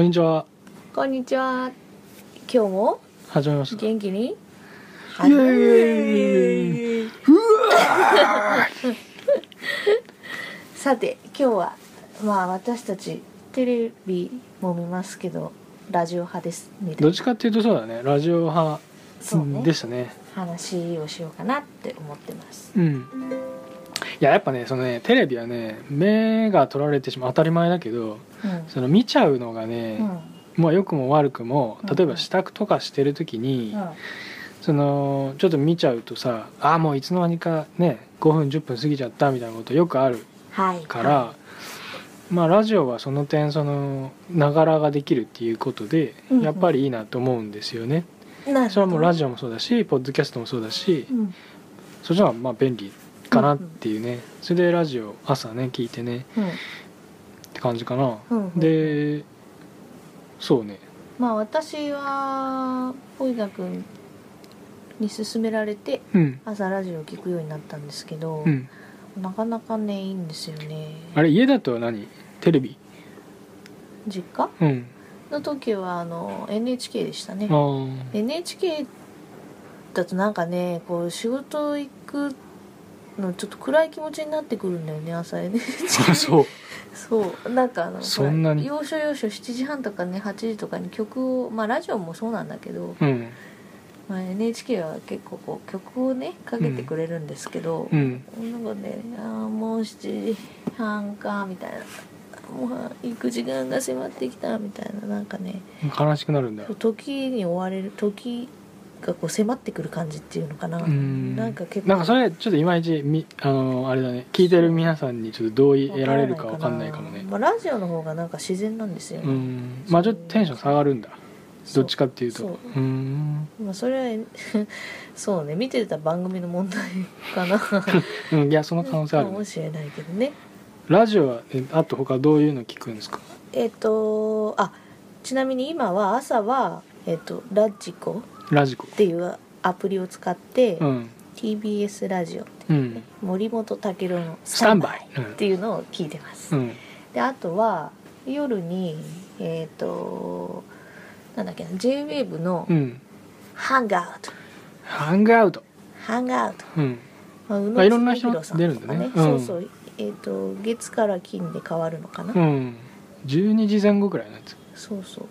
んにちは。こんにちは。今日も始めました。元気に。イエーイ。うわ さて、今日は、まあ、私たちテレビも見ますけど、ラジオ派です。みー。たどいっなちかっていうとそうだね。ラジオ派そうねでしたね。話をしようかなって思ってます。うん。いややっぱねそのねテレビはね目が取られてしまう当たり前だけどうその見ちゃうのがん。うん。ね、うんまあ良くも悪くもうん例えば支度とかしてる時に、そのちょっと見ちゃうとさあーもういつの間にかね5分10分過ぎちゃったみたいなことよくあるはい。から、まあラジオはその点そのながらができるっていうことで、うんうんやっぱりいいなと思うんですよね。い。なるほどそれはもうラジオもそうだしポッドキャストもそうだし、うん。そっちの方がまあ便利かなっていうね、それでラジオ朝ね聞いてねって感じかな。うん。うん。うん。でそうねまあ、私は、ポイガ君に勧められて、うん朝ラジオを聞くようになったんですけど、うんなかなかね、いいんですよね。あれ家だと何テレビ実家うんの時はあの NHK でしたねあー NHK だとなんかねこう仕事行くのちょっと暗い気持ちになってくるんだよね 朝 NHK あ そうそうなんかあのそんなにほら要所要所7時半とかね8時とかに曲をまあラジオもそうなんだけど、うんまあ、NHK は結構こう曲をねかけてくれるんですけどう、んなんかねあーもう7時半かみたいなもう行く時間が迫ってきたみたいななんかね悲しくなるんだ時に追われる時がこう迫ってくる感じっていうのかなうんなんか結構なんかそれちょっといまいちみあのあれだね聞いてる皆さんにちょっと同意得られるかわかんないかもねまあ、ラジオの方がなんか自然なんですよね、うんまあちょっとテンション下がるんだそどうっちかっていうとそううーんまあそれは そうね見てた番組の問題か なうんいやその可能性あるかねもしれないけどねラジオはえあと他どういうの聞くんですかえっ、とあちなみに今は朝は、えっとラジコラジコっていうアプリを使って、うん TBS ラジオうん森本武郎の「スタンバイっていうのを聞いてますうんであとは夜にえっ、となんだっけな JWAVE のうん「ハンガーウト」ハングアウトハンガーウト」うんまあ、宇あいろんな津人弘さ出とるかんだねそううんそうえっ、と月から金で変わるのかな、うん12時前後くらいのやつそうそう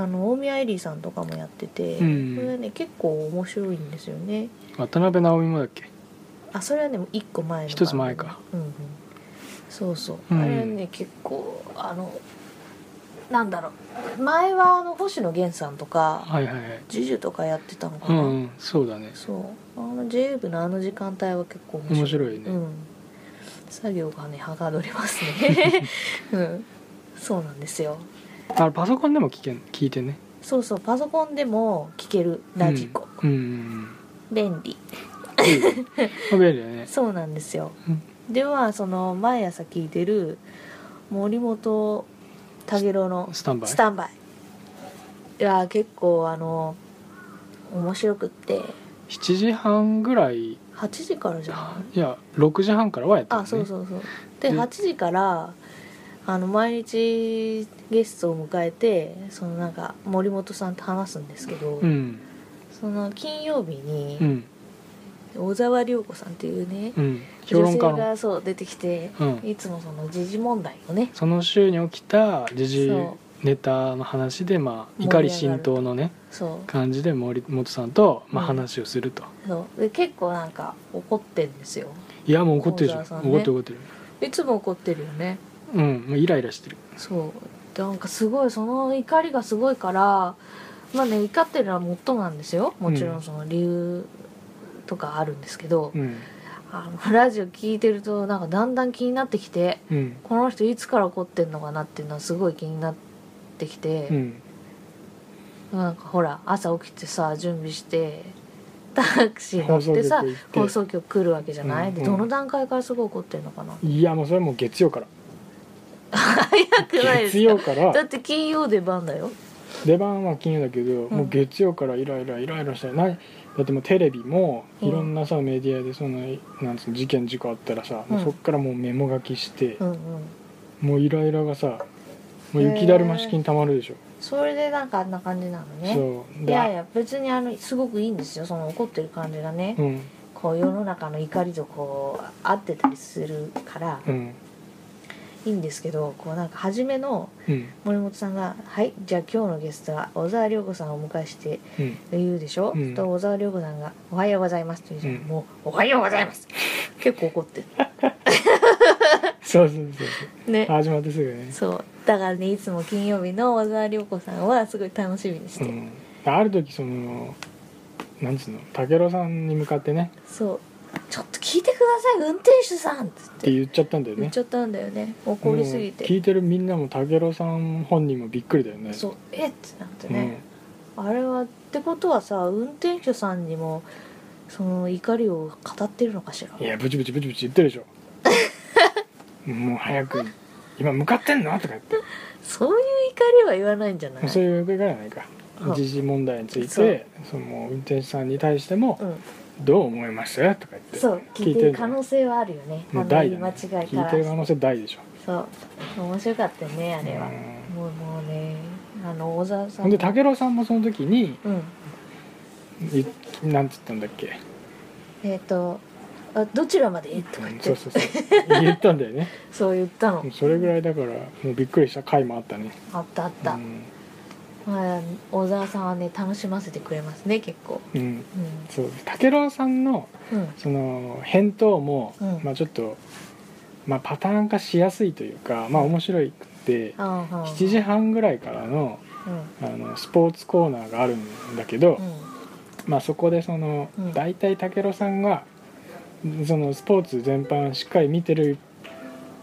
あの大宮エリーさんとかもやってて、うんこれはね結構面白いんですよね渡辺直美もだっけあそれはね一個前の一つ前か番組うんうんそうそう、うんあれはね結構あのなんだろう前はあの星野源さんとかはいはいはいジュジュとかやってたのかうな、んうんそうだねそうあの j 部のあの時間帯は結構面白い面白いねうん、作業がねはかどります ねうんそうなんですよあパソコンでも聞けん聞いてねそうそうパソコンでも聞けるラジコ、うん うん便利いいよまあ便利だねそうなんですよ、うんではその毎朝聞いてる森本武郎のスタンバイスタンバイいや結構あの面白くって7時半ぐらいい8時からじゃないや6時半からはやってる、ね、あそうそうそうでで8時からあの毎日ゲストを迎えてそのなんか森本さんと話すんですけど、うんその金曜日うにん小沢涼子さんっていうね、うん評女論性家のがそう出てきて、うんいつもその時事問題をねその週に起きた時事そネタの話でまあ盛り上怒がるり浸透のねそ感じで森本さんとまあうん話をすると、うそうで結構なんか怒ってんですよいやもう怒ってるじゃん、小沢さん怒ねってる怒ってるいつも怒ってるよねうんもうイライラしてるそうなんかすごいその怒りがすごいからまあね怒ってるのはもっともなんですよもちろうんんその理由とかあるんですけど、うんあのラジオ聞いてるとなんかだんだん気になってきてうんこの人いつから怒ってんのかなっていうのはすごい気になってきて、うんなんかほら朝起きてさ準備してタクシー乗ってさ放送局行って放送局来るわけじゃない、うんでどの段階からすごい怒ってんのかないやもうそれはもう月曜から早くない月ですか曜かだらって金曜出番だよ出番は金曜だけど、うんもう月曜からイライライライラしてないだってもうテレビもうんいろんなさ、メディアでそのなんつうの事件事故あったらさ、もううんそっからもうメモ書きしてう、んうんもうイライラがさもう雪だるま式にたまるでしょ、それでなんかあんな感じなのねそういやいや別にあのすごくいいんですよその怒ってる感じがね、うんこう世の中の怒りとこう合ってたりするからうんいいんですけどこうなんか初めのうん森本さんが「はいじゃあ今日のゲストは小沢涼子さんをお迎えしてうん言うでしょ、うんと小沢涼子さんが「おはようございます」と言うじゃん、うんもう「おはようございます」結構怒ってそうそうそうるねそう始まってすぐねそうだからねいつも金曜日の小沢涼子さんはすごい楽しみにして、うん、ある時そのなんつうの武郎さんに向かってねそう「ちょっと聞いてください運転手さん」っつっってて言っちゃったんだよ言っねちゃったんだよね怒りすぎもうて、聞いてるみんなも武郎さん本人もびっくりだよねそう「えっ?」ってなってね、あれはってことはさ運転手さんにもその怒りを語ってるのかしらうん、いやブチブチブチブチ言ってるでしょもう早く今向かってんのとか言ってそういう怒りは言わないんじゃないそういうわけがないかうん時事問題についそうてその運転手さんに対してもう「ん、どう思いました?」とか言ってそう聞いてるる可能性はあるよねあもうの大言だ、い間違ね、いから聞いてる可能性大でしょそう面白かったよねあれは、うんもうもうねあの大沢さんほんで武郎さんもその時にうんいなんつったんだっけえっ、とあどちらまでとか言って、そうそうそう言ったんだよねそう言ったのそれぐらいだからもうびっくりした回もあったねあったあった、うん、まあ、小沢さんはね楽しませてくれますね結構うん、うそう武郎さんのんうんその返答も、うんまあちょっと、まあ、パターン化しやすいというかまあ面白いくてあんはん7時半ぐらいからのうんあのスポーツコーナーがあるんだけど、まあ、そこでその、うん大体武郎さんがそのスポーツ全般しっかり見てる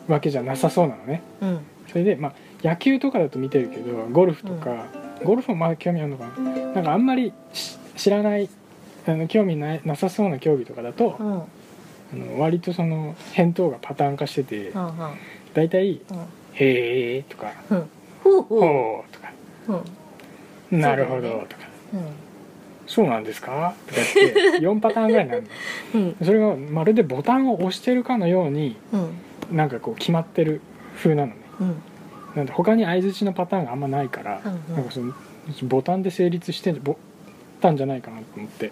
わけじゃなさそうなのね。うんうんそれでまあ野球とかだと見てるけどゴルフとか、ゴルフもまだ興味あるのかななんかあんまりし知らないあの興味ないなさそうな競技とかだとう、んあの割とその返答がパターン化してて、はんはん大体うん「へえ」とかうんほ「うほほう」とかううん「なるほど」とかうん「そうなんですか?」とか言って4パターンぐらいになるのうんそれがまるでボタンを押してるかのようにうんなんかこう決まってる風なのねうんなんで他に相づちのパターンがあんまないから、うんうんなんかそのボタンで成立してんボタンじゃないかなと思って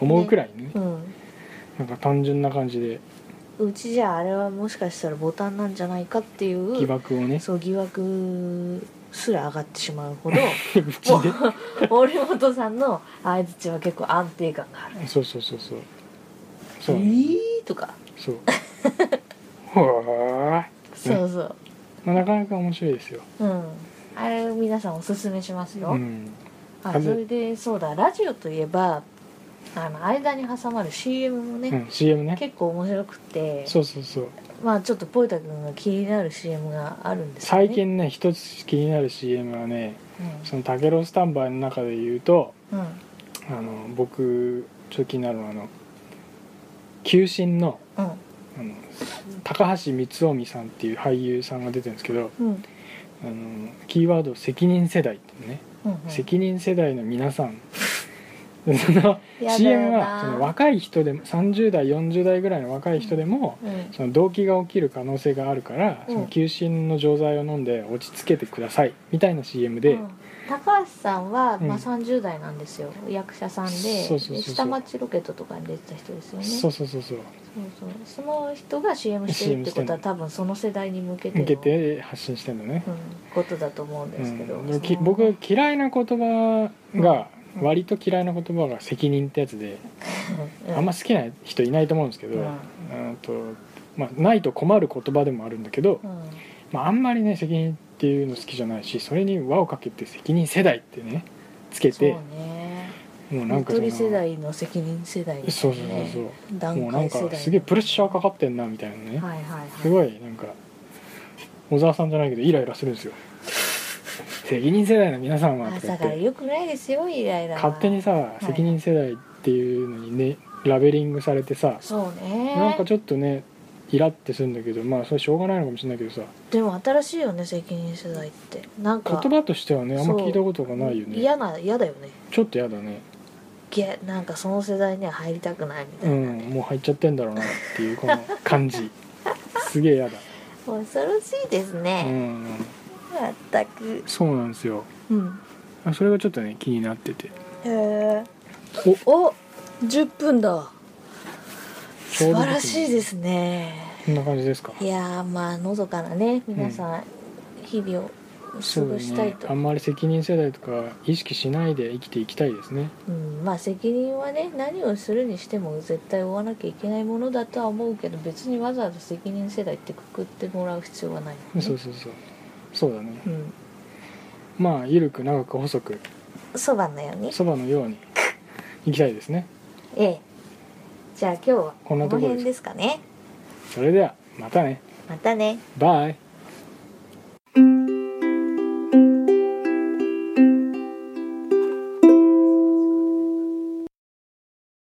思うくらいねうんなんか単純な感じでうちじゃあれはもしかしたらボタンなんじゃないかってい疑う惑をね、そう疑惑すら上がってしまう ほどうちで森本さんの相槌は結構安定感があるそうそうそうそう「そう、えー」とかそうはあそうそうまあなかなか面白いですよ、うんあれ皆さんおすすめしますよ、うん、ああそのれでそうだラジオといえばあの間に挟まる CM もうね、ん、CM ね結構面白くてそうそうそうまあちょっとポイタ君が気になる CM があるんですよね最、近ね一つ気になる CM はねうその「タケロスタンバイ」の中で言うとんうんあの僕ちょっと気になるのはあの球審の「うんあの高橋光臣さんっていう俳優さんが出てるんですけどうんあのキーワード「責任世代」っていうね、うん責任世代の皆さん そのやだよな CM はその若い人でも30代40代ぐらいの若い人でも、うんその動機が起きる可能性があるから、うんその休診の錠剤を飲んで落ち着けてくださいみたいな CM で、うん高橋さんは、うんまあ、30代なんですよ、役者さんでそうそうそうそう下町ロケットとかに出てた人ですよねそうそうそうそうそうそうその人が CM してるってことは CM してんの多分その世代に向けての向けて発信してるのねう、ん、ことだと思うんですけど、うんでもきその僕嫌いな言葉が、うん割と嫌いな言葉が責任ってやつで、うんあんま好きな人いないと思うんですけど、うんうんとまあ、ないと困る言葉でもあるんだけど、うんまあ、あんまりね責任っていうの好きじゃないしそれに輪をかけて責任世代ってねつけそうてねもうなんかそゆとのり世代の責任世代ですそねうそうそうそう、も段うなん階世代かすげえプレッシャーかかってんなみたいなね、はいはいはいすごいなんか小沢さんじゃないけどイライラするんですよ責任世代の皆さんはとか言朝っからて良くないですよイライラは勝手にさい責任世代っていうのにねラベリングされてさそうねなんかちょっとねイラってするんだけどまあそれしょうがないのかもしれないけどさでも新しいよね責任世代ってなんか言葉としてはねあんまそう聞いたことがないよね嫌な嫌だよねちょっとやだねげなんかその世代には入りたくないみたういんなね、もう入っちゃってんだろうなっていう この感じすげえやだ恐ろしいですうね、んまったくそうなんですようんあそれがちょっとね気になっててへえおお10分だちょ素うどですね晴らしいですねこんな感じですかいやーまあのどかなね皆さん日々を過そうごしたいねと、あんまり責任世代とか意識しないで生きていきたいですねうん、まあ責任はね何をするにしても絶対負わなきゃいけないものだとは思うけど別にわざわざ責任世代ってくくってもらう必要はないもんねそうそうそうそうだねうん、まあ緩く長く細くそばのようにそばのようにいきたいですねええじゃあ今日はこんこなのとこです辺ですかねそれではまたねまたねバイ